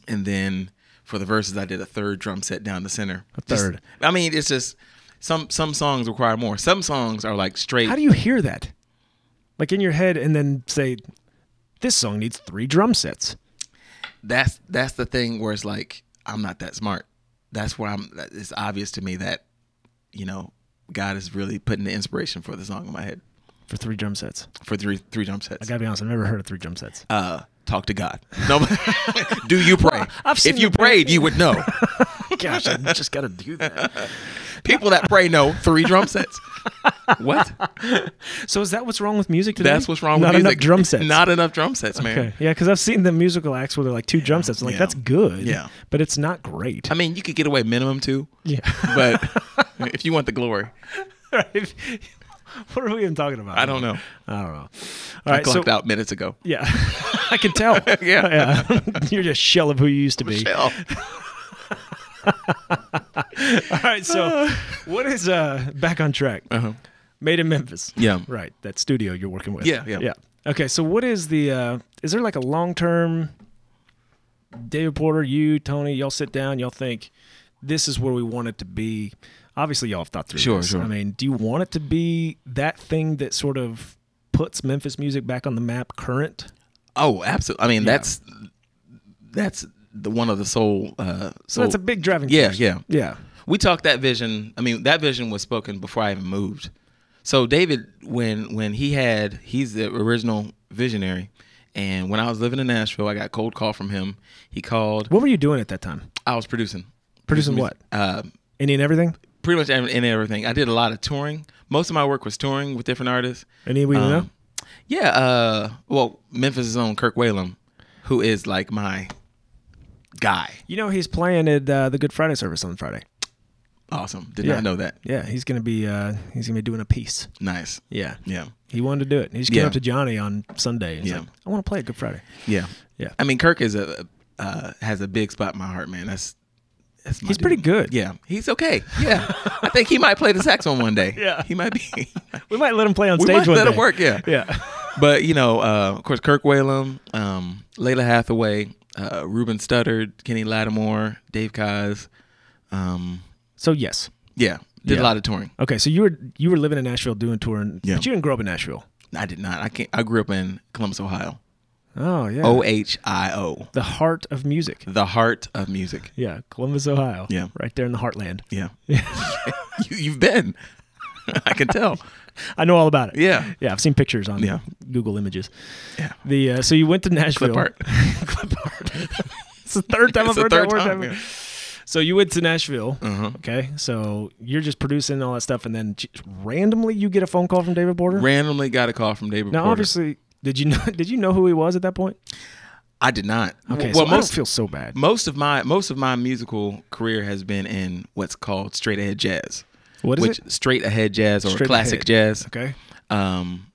Speaker 2: and then for the verses, I did a third drum set down the center. A
Speaker 1: third.
Speaker 2: I mean, it's just. Some some songs require more. Some songs are like straight.
Speaker 1: How do you hear that? Like in your head, and then say, this song needs three drum sets.
Speaker 2: that's that's the thing where it's like I'm not that smart. That's where I'm. that- It's obvious to me that you know God is really putting the inspiration for the song in my head
Speaker 1: For three drum sets.
Speaker 2: for three three drum
Speaker 1: I
Speaker 2: sets.
Speaker 1: gotta be honest, I've never heard of three drum sets.
Speaker 2: Uh, talk to God. No, [laughs] do you pray?
Speaker 1: I've seen
Speaker 2: if you
Speaker 1: the-
Speaker 2: prayed, you
Speaker 1: [laughs]
Speaker 2: would know.
Speaker 1: Gosh, I just gotta do that.
Speaker 2: People that pray know three drum sets. What?
Speaker 1: So is that what's wrong with music today?
Speaker 2: That's what's wrong
Speaker 1: Not
Speaker 2: with
Speaker 1: enough
Speaker 2: music.
Speaker 1: drum sets.
Speaker 2: Not enough drum sets, man.
Speaker 1: okay. Yeah, because I've seen the musical acts where they're like two drum sets. I'm like,
Speaker 2: Yeah.
Speaker 1: that's good.
Speaker 2: Yeah.
Speaker 1: But it's not great.
Speaker 2: I mean, you could get away minimum two,
Speaker 1: [laughs] yeah. [laughs]
Speaker 2: but if you want the glory,
Speaker 1: Right. what are we even talking about?
Speaker 2: I don't know.
Speaker 1: I don't know. All
Speaker 2: I
Speaker 1: right, so
Speaker 2: clocked out
Speaker 1: [laughs]
Speaker 2: minutes ago.
Speaker 1: yeah, I can tell.
Speaker 2: [laughs]
Speaker 1: [laughs]
Speaker 2: Yeah.
Speaker 1: you're just shell of who you used to be.
Speaker 2: Michelle.
Speaker 1: All right, so what is uh back on track?
Speaker 2: Uh-huh.
Speaker 1: Made in Memphis.
Speaker 2: Yeah.
Speaker 1: Right, that studio you're working with.
Speaker 2: Yeah, yeah.
Speaker 1: yeah. Okay, so what is the? uh Is there like a long term? David Porter, you, Tony, y'all sit down, y'all think this is where we want it to be. Obviously, y'all have thought through
Speaker 2: Sure,
Speaker 1: this.
Speaker 2: sure.
Speaker 1: I mean, do you want it to be that thing that sort of puts Memphis music back on the map? Current.
Speaker 2: Oh, absolutely. I mean, that's that's the one of the soul. Uh,
Speaker 1: So
Speaker 2: soul.
Speaker 1: that's a big driving.
Speaker 2: yeah,
Speaker 1: force.
Speaker 2: yeah.
Speaker 1: yeah.
Speaker 2: We talked that vision. I mean, that vision was spoken before I even moved. So David, when when he had, he's the original visionary. And when I was living in Nashville, I got a cold call from him. He called.
Speaker 1: What were you doing at that time?
Speaker 2: I was producing.
Speaker 1: Producing
Speaker 2: music-
Speaker 1: what?
Speaker 2: Uh,
Speaker 1: Any and everything?
Speaker 2: pretty much in everything. I did a lot of touring. Most of my work was touring with different artists.
Speaker 1: Any we
Speaker 2: Um,
Speaker 1: know?
Speaker 2: Yeah. Uh, well, Memphis' own Kirk Whalum, who is like my guy.
Speaker 1: You know he's playing at uh, the Good Friday service on Friday.
Speaker 2: Awesome. Did
Speaker 1: Yeah.
Speaker 2: not know that.
Speaker 1: Yeah, he's gonna be uh, he's gonna be doing a piece.
Speaker 2: Nice.
Speaker 1: Yeah,
Speaker 2: Yeah.
Speaker 1: he wanted to do it. He just came
Speaker 2: Yeah.
Speaker 1: up to Johnny on Sunday. And yeah,
Speaker 2: Yeah.
Speaker 1: like, I want to play at Good Friday.
Speaker 2: Yeah.
Speaker 1: Yeah.
Speaker 2: I mean, Kirk is a uh, has a big spot in my heart, man. That's that's my
Speaker 1: He's
Speaker 2: dude.
Speaker 1: pretty good.
Speaker 2: Yeah, he's okay. Yeah, I think he might play the saxophone one day.
Speaker 1: [laughs] Yeah.
Speaker 2: he might be.
Speaker 1: We might let him play on
Speaker 2: we
Speaker 1: stage
Speaker 2: might
Speaker 1: one
Speaker 2: let
Speaker 1: day.
Speaker 2: him work. Yeah,
Speaker 1: Yeah, [laughs]
Speaker 2: but you know, uh, of course, Kirk Whalum, um, Layla Hathaway, uh, Ruben Studdard, Kenny Lattimore, Dave Kaz. Um,
Speaker 1: so yes.
Speaker 2: yeah, did
Speaker 1: Yeah.
Speaker 2: a lot of touring.
Speaker 1: Okay, so you were you were living in Nashville doing touring,
Speaker 2: Yeah.
Speaker 1: but you didn't grow up in Nashville.
Speaker 2: I did not. I can't. I grew up in Columbus, Ohio.
Speaker 1: Oh yeah,
Speaker 2: O H I O,
Speaker 1: the heart of music.
Speaker 2: the heart of music.
Speaker 1: Yeah, Columbus, Ohio.
Speaker 2: Yeah.
Speaker 1: right there in the heartland. [laughs]
Speaker 2: Yeah, [laughs] you, you've been. [laughs] I can tell.
Speaker 1: I know all about it.
Speaker 2: Yeah.
Speaker 1: yeah, I've seen pictures on
Speaker 2: Yeah.
Speaker 1: Google Images.
Speaker 2: Yeah.
Speaker 1: The uh, so you went to Nashville.
Speaker 2: Clip art. [laughs]
Speaker 1: Clip art. it's the third time
Speaker 2: It's
Speaker 1: I've
Speaker 2: the
Speaker 1: heard that
Speaker 2: third
Speaker 1: word.
Speaker 2: time,
Speaker 1: ever.
Speaker 2: yeah.
Speaker 1: So you went to Nashville.
Speaker 2: Uh-huh.
Speaker 1: Okay, so you're just producing all that stuff, and then j- randomly you get a phone call from David Border.
Speaker 2: Randomly got a call from David
Speaker 1: now,
Speaker 2: Porter.
Speaker 1: obviously, did you know? [laughs] Did you know who he was at that point?
Speaker 2: I did not.
Speaker 1: Okay, so
Speaker 2: well,
Speaker 1: I
Speaker 2: most
Speaker 1: don't feel so bad.
Speaker 2: most of my most of my musical career has been in what's called straight ahead jazz.
Speaker 1: What is
Speaker 2: which straight ahead jazz or
Speaker 1: Straight
Speaker 2: classic
Speaker 1: ahead.
Speaker 2: jazz.
Speaker 1: Okay,
Speaker 2: Um,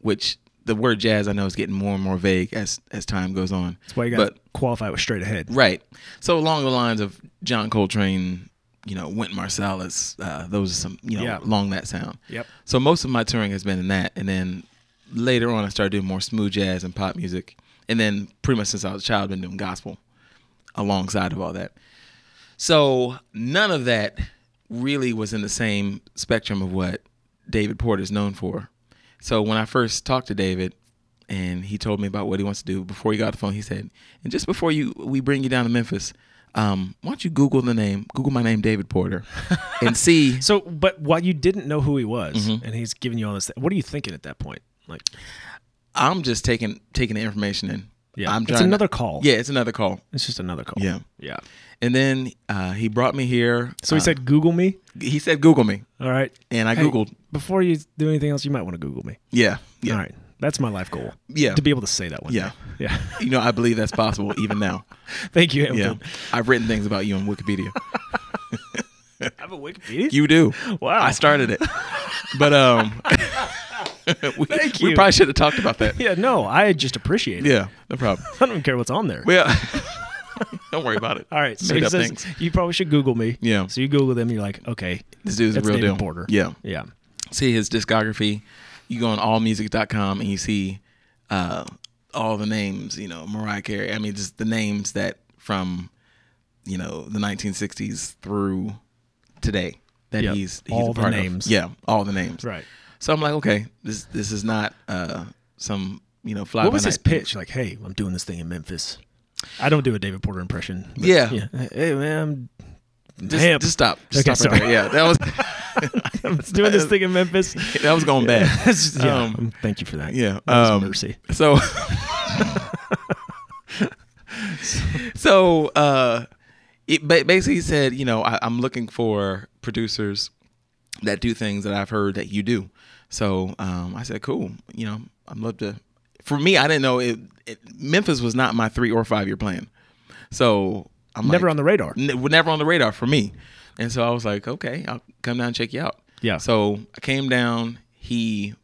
Speaker 2: which the word jazz I know is getting more and more vague as as time goes on.
Speaker 1: that's why you got
Speaker 2: But
Speaker 1: qualified with straight ahead.
Speaker 2: right, so along the lines of John Coltrane, you know, Wynton Marsalis, uh, those are some you know
Speaker 1: Yeah.
Speaker 2: along that sound.
Speaker 1: Yep.
Speaker 2: So most of my touring has been in that, and then later on I started doing more smooth jazz and pop music, and then pretty much since I was a child, been doing gospel alongside of all that. So none of that really was in the same spectrum of what David Porter is known for. So when I first talked to David, and he told me about what he wants to do before he got the phone, he said, "And just before you, we bring you down to Memphis." Um, why don't you Google the name? Google my name, David Porter, and see
Speaker 1: So, but while you didn't know who he was,
Speaker 2: Mm-hmm.
Speaker 1: and he's giving you all this, what are you thinking at that point? Like,
Speaker 2: I'm just taking taking the information in.
Speaker 1: yeah,
Speaker 2: I'm
Speaker 1: it's
Speaker 2: trying
Speaker 1: another
Speaker 2: To,
Speaker 1: call.
Speaker 2: yeah, it's another call.
Speaker 1: it's just another call.
Speaker 2: Yeah,
Speaker 1: yeah.
Speaker 2: and then uh, he brought me here.
Speaker 1: So he
Speaker 2: Uh,
Speaker 1: said, "Google me."
Speaker 2: he said Google me,
Speaker 1: All right.
Speaker 2: and I
Speaker 1: Hey,
Speaker 2: googled.
Speaker 1: Before you do anything else, you might want to Google me.
Speaker 2: Yeah, yeah,
Speaker 1: All right. That's my life goal.
Speaker 2: yeah,
Speaker 1: To be able to say that one.
Speaker 2: yeah.
Speaker 1: day. Yeah. [laughs]
Speaker 2: You know, I believe that's possible even now.
Speaker 1: Thank you,
Speaker 2: Yeah,
Speaker 1: Hamilton.
Speaker 2: I've written things about you on Wikipedia.
Speaker 1: I have a Wikipedia.
Speaker 2: You do.
Speaker 1: Wow.
Speaker 2: I started it, but um,
Speaker 1: [laughs]
Speaker 2: we,
Speaker 1: Thank
Speaker 2: we
Speaker 1: you.
Speaker 2: probably should have talked
Speaker 1: [laughs]
Speaker 2: about that.
Speaker 1: yeah. No, I just appreciate it.
Speaker 2: Yeah, no problem.
Speaker 1: I don't even care what's on there.
Speaker 2: Well, [laughs] don't worry about it.
Speaker 1: All right. So
Speaker 2: Made
Speaker 1: he
Speaker 2: up
Speaker 1: says
Speaker 2: things.
Speaker 1: you probably should Google me.
Speaker 2: Yeah.
Speaker 1: So you Google them. You're like, okay,
Speaker 2: This dude's
Speaker 1: that's
Speaker 2: a real
Speaker 1: David
Speaker 2: deal.
Speaker 1: Porter.
Speaker 2: Yeah,
Speaker 1: yeah.
Speaker 2: see his discography. You go on allmusic.com and you see uh, all the names, you know, Mariah Carey. I mean, just the names that from, you know, the 1960s through today that
Speaker 1: Yep.
Speaker 2: he's, he's
Speaker 1: All
Speaker 2: a
Speaker 1: the
Speaker 2: part
Speaker 1: names.
Speaker 2: Of. Yeah, all the names.
Speaker 1: Right.
Speaker 2: So I'm like, okay, this this is not uh, some, you know, fly
Speaker 1: What
Speaker 2: by
Speaker 1: was his
Speaker 2: night.
Speaker 1: pitch? Like, hey, I'm doing this thing in Memphis. I don't do a David Porter impression. but
Speaker 2: Yeah.
Speaker 1: Hey, man, I'm
Speaker 2: Just,
Speaker 1: hip.
Speaker 2: just stop. Just
Speaker 1: Okay,
Speaker 2: stop right
Speaker 1: sorry.
Speaker 2: there. Yeah, that was
Speaker 1: [laughs] I'm doing this thing in
Speaker 2: [laughs]
Speaker 1: Memphis.
Speaker 2: that was going bad.
Speaker 1: It's just- yeah. [laughs]
Speaker 2: Um,
Speaker 1: um, thank you for that.
Speaker 2: Yeah.
Speaker 1: That was
Speaker 2: um,
Speaker 1: mercy. [laughs]
Speaker 2: So, so uh, it ba- basically said, you know, I, I'm looking for producers that do things that I've heard that you do. So um, I said, cool. You know, I'd love to. For me, I didn't know it. it Memphis was not my three or five year plan. So I'm
Speaker 1: Never
Speaker 2: like,
Speaker 1: on the radar.
Speaker 2: n- were never on the radar for me. And so I was like, okay, I'll come down and check you out.
Speaker 1: Yeah.
Speaker 2: So I came down. He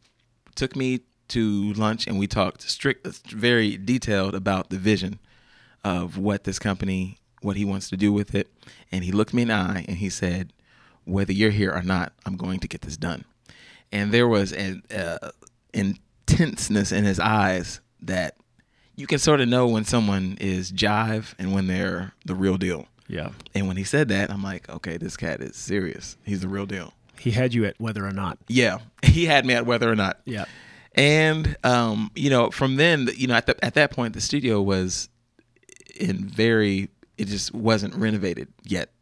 Speaker 2: took me to lunch and we talked strict, very detailed about the vision of what this company, what he wants to do with it. And he looked me in the eye and he said, whether you're here or not, I'm going to get this done. And there was an uh, intenseness in his eyes that you can sort of know when someone is jive and when they're the real deal.
Speaker 1: Yeah.
Speaker 2: And when he said that, I'm like, okay, this cat is serious. He's the real deal.
Speaker 1: He had you at whether or not.
Speaker 2: Yeah, [laughs] he had me at whether or not.
Speaker 1: Yeah.
Speaker 2: And um, you know, from then, you know, at the, at that point, the studio was in very. It just wasn't renovated yet,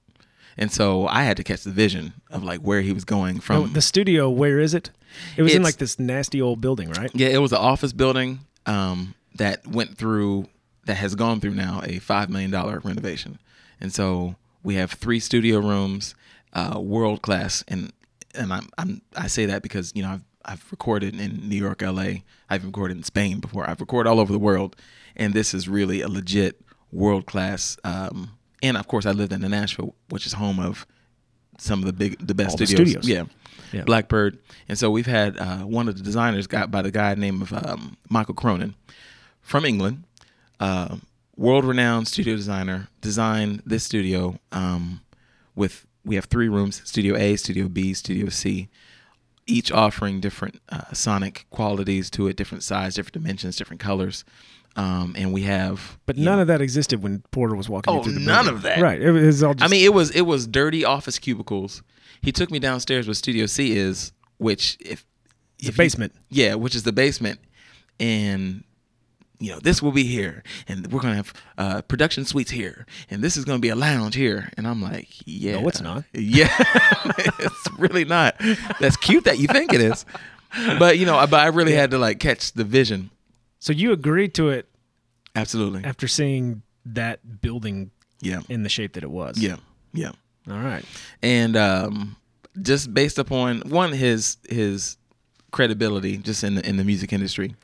Speaker 2: And so I had to catch the vision of like where he was going from.
Speaker 1: No, Oh, the studio, where is it? It was in
Speaker 2: It's-
Speaker 1: like this nasty old building, right?
Speaker 2: Yeah, it was an office building um, that went through, that has gone through now a $5 million renovation. And so we have three studio rooms, uh, world class. And, and I'm, I'm, I say that because, you know, I've, I've recorded in New York, LA. I've recorded in Spain before. I've recorded all over the world. And this is really a legit world class. Um, and of course, I lived in Nashville, which is home of some of the big, the best
Speaker 1: All the studios.
Speaker 2: Yeah.
Speaker 1: Yeah.
Speaker 2: Blackbird. And so we've had uh, one of the designers got by the guy named of um, Michael Cronin from England, uh, world-renowned studio designer, designed this studio um, with we have three rooms: Studio A, Studio B, Studio C, each offering different uh, sonic qualities to it, different size, different dimensions, different colors. Um, and we have,
Speaker 1: But
Speaker 2: you
Speaker 1: none
Speaker 2: know-
Speaker 1: of that existed when Porter was walking you
Speaker 2: Oh,
Speaker 1: through the
Speaker 2: none
Speaker 1: building.
Speaker 2: of that.
Speaker 1: Right. It was all just
Speaker 2: I mean, it was it was dirty office cubicles. He took me downstairs where Studio C is, which if
Speaker 1: the
Speaker 2: if you-
Speaker 1: basement.
Speaker 2: yeah, which is the basement, and you know this will be here, and we're gonna have uh, production suites here, and this is gonna be a lounge here, and I'm like, yeah,
Speaker 1: it's not.
Speaker 2: [laughs] Yeah, it's really not. That's cute that you think it is, but you know, I- but I really had to like catch the vision.
Speaker 1: so you agreed to it
Speaker 2: Absolutely.
Speaker 1: after seeing that building
Speaker 2: Yeah.
Speaker 1: in the shape that it was.
Speaker 2: Yeah. Yeah.
Speaker 1: All right.
Speaker 2: and um, just based upon one his his credibility just in the in the music industry,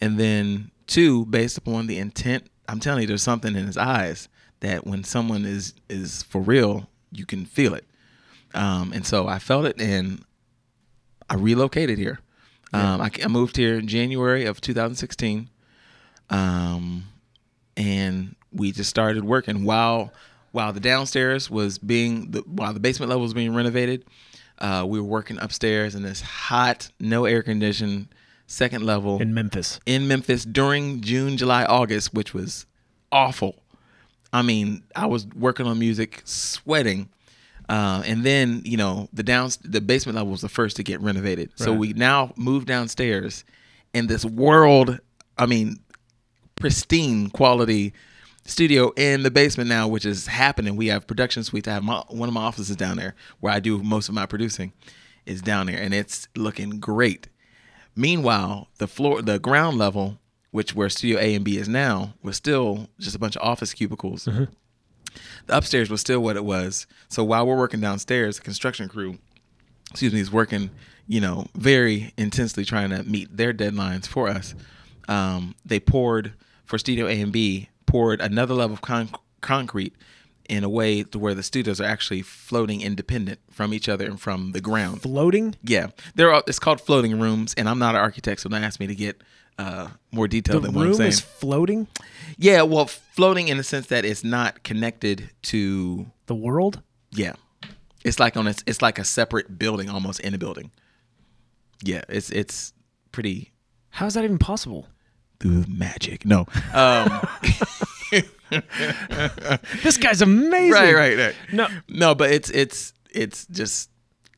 Speaker 2: and then two based upon the intent. I'm telling you, there's something in his eyes that when someone is is for real, you can feel it. Um, and so I felt it, and I relocated here. Um, I, I moved here in January of 2016. Um, and we just started working while while the downstairs was being the, while the basement level was being renovated uh, we were working upstairs in this hot no air conditioned second level
Speaker 1: In Memphis.
Speaker 2: in memphis during june july august which was awful i mean i was working on music sweating uh, and then you know the down the basement level was the first to get renovated so
Speaker 1: Right.
Speaker 2: we now moved downstairs and this world i mean pristine quality studio in the basement now, which is happening. We have production suites. I have my, one of my offices down there where I do most of my producing is down there, and it's looking great. Meanwhile, the floor, the ground level, which where Studio A and B is now, was still just a bunch of office cubicles. The upstairs was still what it was. So while we're working downstairs, the construction crew excuse me, is working, you know, very intensely trying to meet their deadlines for us. Um, they poured for Studio A and B, poured another level of con- concrete in a way to where the studios are actually floating independent from each other and from the ground.
Speaker 1: Floating?
Speaker 2: Yeah, they're all, it's called floating rooms, and I'm not an architect, so don't ask me to get uh, more detail
Speaker 1: The
Speaker 2: than what I'm
Speaker 1: room
Speaker 2: saying.
Speaker 1: is floating?
Speaker 2: yeah, well, floating in the sense that it's not connected to
Speaker 1: The world?
Speaker 2: yeah, it's like on its it's like a separate building almost in a building. Yeah, it's it's pretty
Speaker 1: How is that even possible?
Speaker 2: through magic. No, um,
Speaker 1: This guy's amazing.
Speaker 2: [laughs] right, right, right.
Speaker 1: No.
Speaker 2: no, but it's it's it's just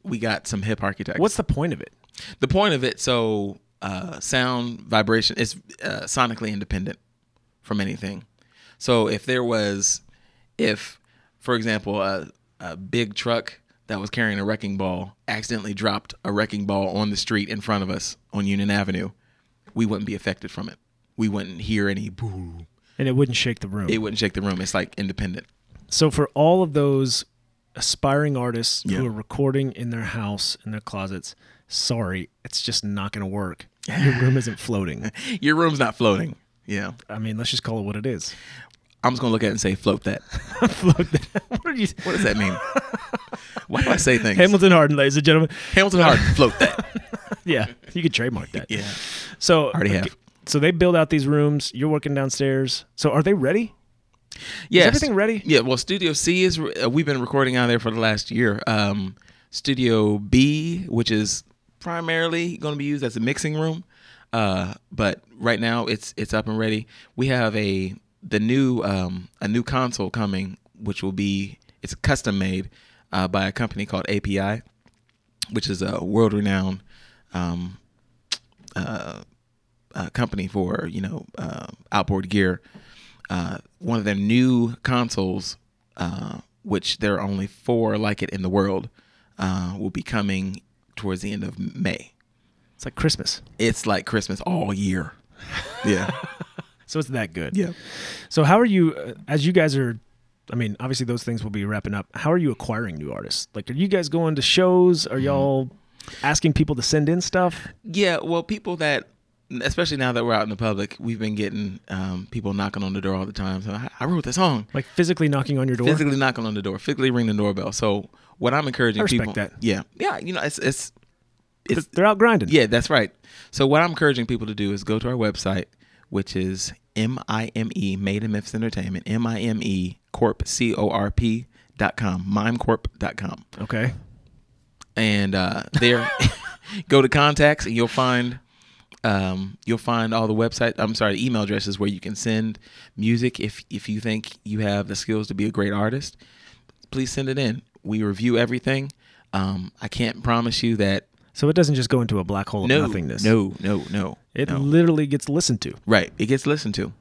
Speaker 2: we got some hip architects.
Speaker 1: What's the point of it?
Speaker 2: the point of it? So uh, sound vibration is uh, sonically independent from anything. So if there was, if for example a, a big truck that was carrying a wrecking ball accidentally dropped a wrecking ball on the street in front of us on Union Avenue, we wouldn't be affected from it. We wouldn't hear any boo.
Speaker 1: And it wouldn't shake the room.
Speaker 2: It wouldn't shake the room. It's like independent.
Speaker 1: So for all of those aspiring artists
Speaker 2: Yeah.
Speaker 1: who are recording in their house in their closets, sorry, it's just not going to
Speaker 2: [laughs]
Speaker 1: work. Your room isn't floating.
Speaker 2: Your room's not floating. Yeah.
Speaker 1: I mean, let's just call it what it is. [laughs]
Speaker 2: I'm just gonna look at it and say float that.
Speaker 1: Float that. what are you?
Speaker 2: What does that mean? Why do I say things?
Speaker 1: Hamilton Harden, ladies and gentlemen. [laughs]
Speaker 2: Hamilton Harden, float that.
Speaker 1: Yeah, you could trademark that.
Speaker 2: Yeah.
Speaker 1: So
Speaker 2: Already have.
Speaker 1: So they build out these rooms. You're working downstairs. So are they ready?
Speaker 2: Yes.
Speaker 1: everything ready?
Speaker 2: Yeah. Well, Studio C is. Uh, we've been recording out there for the last year. Um, Studio B, which is primarily going to be used as a mixing room, uh, but right now it's it's up and ready. We have a the new um, a new console coming, which will be it's custom made uh, by a company called API, which is a world renowned. Um, uh, company for you know uh, outboard gear. Uh, one of their new consoles uh, which there are only four like it in the world, uh, will be coming towards the end of May.
Speaker 1: It's like Christmas.
Speaker 2: It's like Christmas all [laughs] year. Yeah.
Speaker 1: So it's that good.
Speaker 2: yeah.
Speaker 1: So how are you uh, as you guys are I mean, obviously those things will be wrapping up. How are you acquiring new artists? Like are you guys going to shows?
Speaker 2: Mm-hmm.
Speaker 1: Are y'all asking people to send in stuff?
Speaker 2: Yeah, well, people that, especially now that we're out in the public, we've been getting um, people knocking on the door all the time. So I, I wrote the song,
Speaker 1: Like physically knocking on your door?
Speaker 2: physically knocking on the door, physically ring the doorbell. So what I'm encouraging
Speaker 1: I respect
Speaker 2: people,
Speaker 1: that.
Speaker 2: yeah, yeah, you know, it's it's
Speaker 1: Th- They're out grinding.
Speaker 2: yeah, that's right. So what I'm encouraging people to do is go to our website, which is M I M E Made in Memphis Entertainment, M I M E Corp C O R P dot com, mimecorp.com.
Speaker 1: Okay.
Speaker 2: and uh, there go to contacts and you'll find um, you'll find all the website I'm sorry email addresses where you can send music if if you think you have the skills to be a great artist please send it in we review everything um, I can't promise you that
Speaker 1: So it doesn't just go into a black hole of
Speaker 2: no
Speaker 1: nothingness.
Speaker 2: no no no
Speaker 1: It
Speaker 2: no.
Speaker 1: literally gets listened to
Speaker 2: right it gets listened to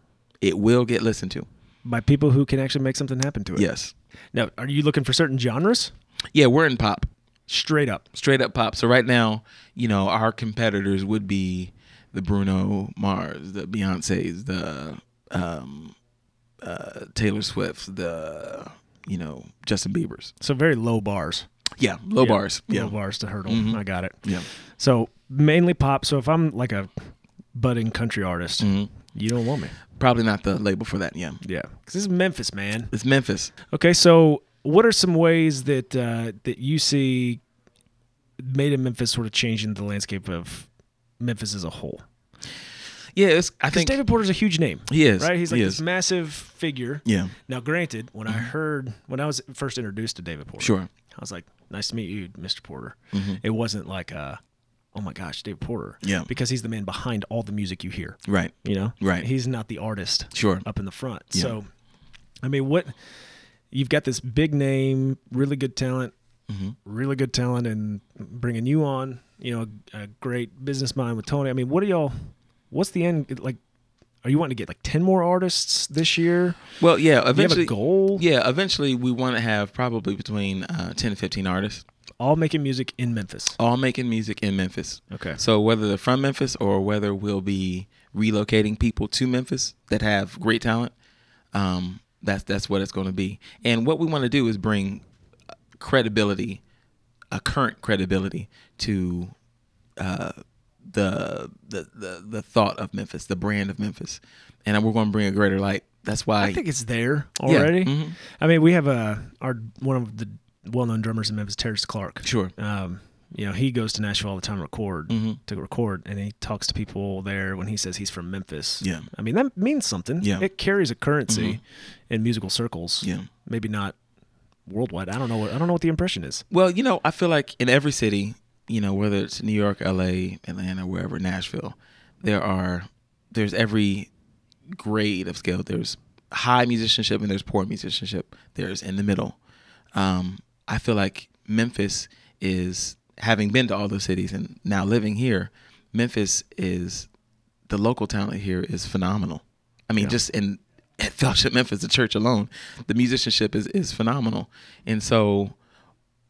Speaker 2: it will get listened to
Speaker 1: by people who can actually make something happen to it.
Speaker 2: yes
Speaker 1: Now, are you looking for certain genres?
Speaker 2: yeah we're in pop
Speaker 1: Straight up.
Speaker 2: straight up pop. So right now, you know, our competitors would be the Bruno Mars, the Beyonces, the um, uh, Taylor Swifts, the you know Justin Bieber's.
Speaker 1: So very low bars.
Speaker 2: Yeah, low
Speaker 1: Yeah,
Speaker 2: bars. Yeah,
Speaker 1: Low bars to hurdle.
Speaker 2: Mhm.
Speaker 1: I got it.
Speaker 2: yeah.
Speaker 1: So mainly pop. So if I'm like a budding country artist,
Speaker 2: hmm
Speaker 1: you don't want me.
Speaker 2: Probably not the label for that. Yeah,
Speaker 1: Yeah. Because this is Memphis, man.
Speaker 2: it's Memphis.
Speaker 1: Okay. So what are some ways that uh, that you see Made in Memphis sort of changing the landscape of Memphis as a whole?
Speaker 2: Yeah, it's, I
Speaker 1: Because
Speaker 2: think
Speaker 1: David Porter's a huge name.
Speaker 2: he is
Speaker 1: Right, he's like
Speaker 2: he
Speaker 1: this
Speaker 2: is.
Speaker 1: massive figure.
Speaker 2: Yeah, Mm-hmm.
Speaker 1: Now, granted, when I heard when I was first introduced to David Porter,
Speaker 2: sure.
Speaker 1: I was like, "Nice to meet you, Mr. Porter."
Speaker 2: Mhm.
Speaker 1: It wasn't like, uh, "Oh my gosh, David Porter,"
Speaker 2: Yeah,
Speaker 1: because he's the man behind all the music you hear.
Speaker 2: right,
Speaker 1: You know,
Speaker 2: Right.
Speaker 1: He's not the artist
Speaker 2: sure.
Speaker 1: up in the front. So, I mean, what you've got this big name, really good talent,
Speaker 2: hmm
Speaker 1: really good talent, and bringing you on, you know, a, a great business mind with Tony. I mean, what are y'all? What's the end like? Are you wanting to get like ten more artists this year?
Speaker 2: Well, yeah.
Speaker 1: Do you have
Speaker 2: Eventually,
Speaker 1: a goal?
Speaker 2: yeah. Eventually, we want to have probably between uh, ten and fifteen artists
Speaker 1: All making music in Memphis.
Speaker 2: all making music in Memphis.
Speaker 1: Okay.
Speaker 2: So whether they're from Memphis or whether we'll be relocating people to Memphis that have great talent, um, that's that's what it's going to be. And what we want to do is bring credibility, a current credibility to uh, the, the the the thought of Memphis, the brand of Memphis, and we're going to bring a greater light. That's why.
Speaker 1: I think it's there
Speaker 2: Yeah,
Speaker 1: already.
Speaker 2: mhm,
Speaker 1: I mean, we have a our one of the well-known drummers in Memphis, Terrence Clark.
Speaker 2: Sure.
Speaker 1: Um, you know, he goes to Nashville all the time to record
Speaker 2: Mhm.
Speaker 1: to record, and he talks to people there when he says he's from Memphis.
Speaker 2: Yeah.
Speaker 1: I mean that means something.
Speaker 2: Yeah. Mm-hmm.
Speaker 1: it carries a currency in musical circles.
Speaker 2: Yeah.
Speaker 1: maybe not worldwide. I don't know. What, I don't know what the impression is.
Speaker 2: Well, you know, I feel like in every city, you know, whether it's New York, LA, Atlanta, wherever, Nashville, there are there's every grade of skill. There's high musicianship and there's poor musicianship. There's in the middle. Um, I feel like Memphis is having been to all those cities and now living here, Memphis is the local talent here is phenomenal. I mean,
Speaker 1: Yeah.
Speaker 2: just in [laughs] at Fellowship Memphis, the church alone, the musicianship is is phenomenal. And so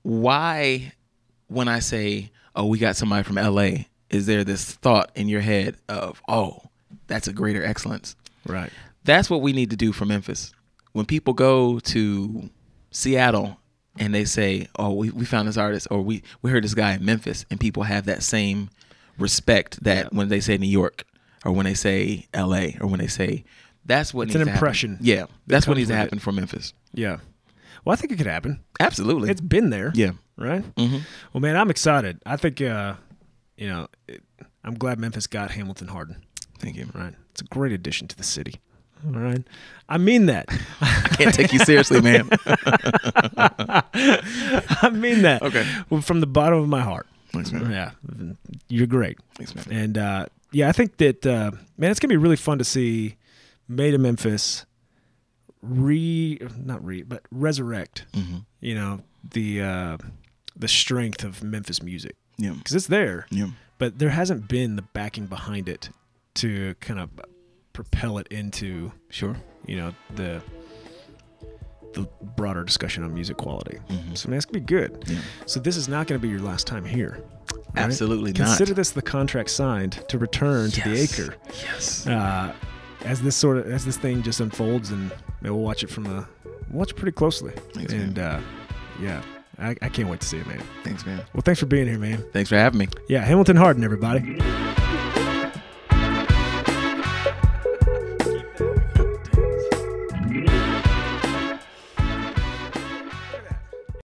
Speaker 2: why when I say, "Oh, we got somebody from LA," is there this thought in your head of, "Oh, that's a greater excellence"?
Speaker 1: Right.
Speaker 2: That's what we need to do for Memphis. When people go to Seattle and they say, "Oh, we, we found this artist," or "We we heard this guy in Memphis," and people have that same respect that when they say New York or when they say LA or when they say that's what
Speaker 1: It's
Speaker 2: needs
Speaker 1: an
Speaker 2: to happen.
Speaker 1: impression
Speaker 2: Yeah, that's what
Speaker 1: comes
Speaker 2: needs to
Speaker 1: with it.
Speaker 2: happen for Memphis.
Speaker 1: Yeah. Well, I think it could happen.
Speaker 2: Absolutely.
Speaker 1: It's been there.
Speaker 2: yeah.
Speaker 1: Right.
Speaker 2: hmm
Speaker 1: Well, man, I'm excited. I think, uh, you know, it, I'm glad Memphis got Hamilton Harden.
Speaker 2: Thank you.
Speaker 1: Right. It's a great addition to the city. All right. I mean that. [laughs]
Speaker 2: Can't take you seriously, man.
Speaker 1: I mean that.
Speaker 2: Okay.
Speaker 1: Well, From the bottom of my heart.
Speaker 2: Thanks, man.
Speaker 1: Yeah. You're great.
Speaker 2: Thanks, man.
Speaker 1: And uh, yeah, I think that, uh, man, it's going to be really fun to see Made in Memphis re, not re, but resurrect,
Speaker 2: Mm-hmm.
Speaker 1: you know, the, uh, the strength of Memphis music
Speaker 2: Yeah.
Speaker 1: because it's there.
Speaker 2: Yeah.
Speaker 1: but there hasn't been the backing behind it to kind of propel it into
Speaker 2: Sure.
Speaker 1: you know the the broader discussion on music quality.
Speaker 2: Mhm.
Speaker 1: So, man, it's gonna be good.
Speaker 2: Yeah.
Speaker 1: So, this is not gonna be your last time here. right?
Speaker 2: Absolutely not.
Speaker 1: Consider this the contract signed to return to the
Speaker 2: Yes.
Speaker 1: acre.
Speaker 2: Yes.
Speaker 1: Uh, as this sort of as this thing just unfolds, and man, we'll watch it from the we'll watch it pretty closely.
Speaker 2: Thanks, man.
Speaker 1: and uh, yeah, I, I can't wait to see it, man.
Speaker 2: Thanks, man.
Speaker 1: Well, thanks for being here, man.
Speaker 2: Thanks for having me.
Speaker 1: Yeah, Hamilton Harden, everybody.